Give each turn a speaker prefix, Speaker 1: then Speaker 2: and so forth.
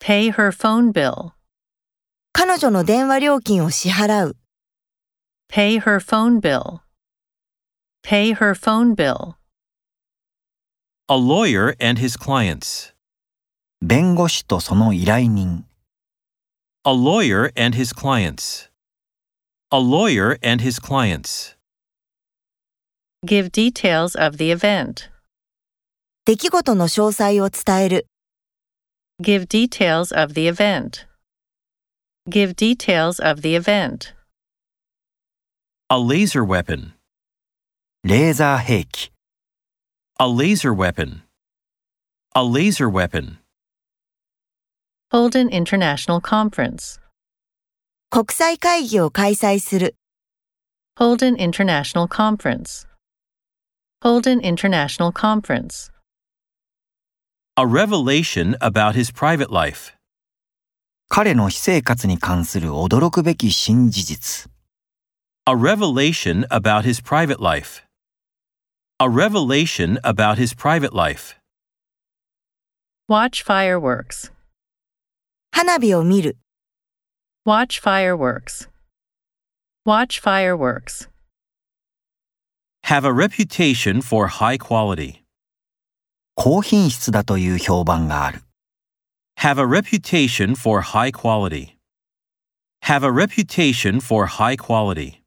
Speaker 1: Pay her phone bill.
Speaker 2: 彼女の電話料金を支払う。
Speaker 1: Pay her phone bill. Pay her phone bill.
Speaker 3: A lawyer and his clients.
Speaker 4: 弁護士とその依頼人。
Speaker 3: A lawyer and his clients. A lawyer and his clients.
Speaker 1: Give details of the event.
Speaker 2: 出来事の詳細を伝える。
Speaker 1: Give details of the event. Give details of the event.
Speaker 3: A laser weapon.
Speaker 4: レーザー兵器。
Speaker 3: A laser weapon. A laser weapon.
Speaker 1: Hold an international conference.
Speaker 2: 国際会議を開催する。
Speaker 1: Hold an international conference. Hold an international conference.
Speaker 3: A revelation about his private life.
Speaker 4: 彼の私生活に関する驚くべき新事実。
Speaker 3: A revelation about his private life. A revelation about his private life.
Speaker 1: Watch fireworks.
Speaker 2: 花火を見る。
Speaker 1: Watch fireworks. Watch fireworks.
Speaker 3: Have a reputation for high quality.
Speaker 4: 高品質だという評判がある。
Speaker 3: Have a reputation for high quality. Have a reputation for high quality.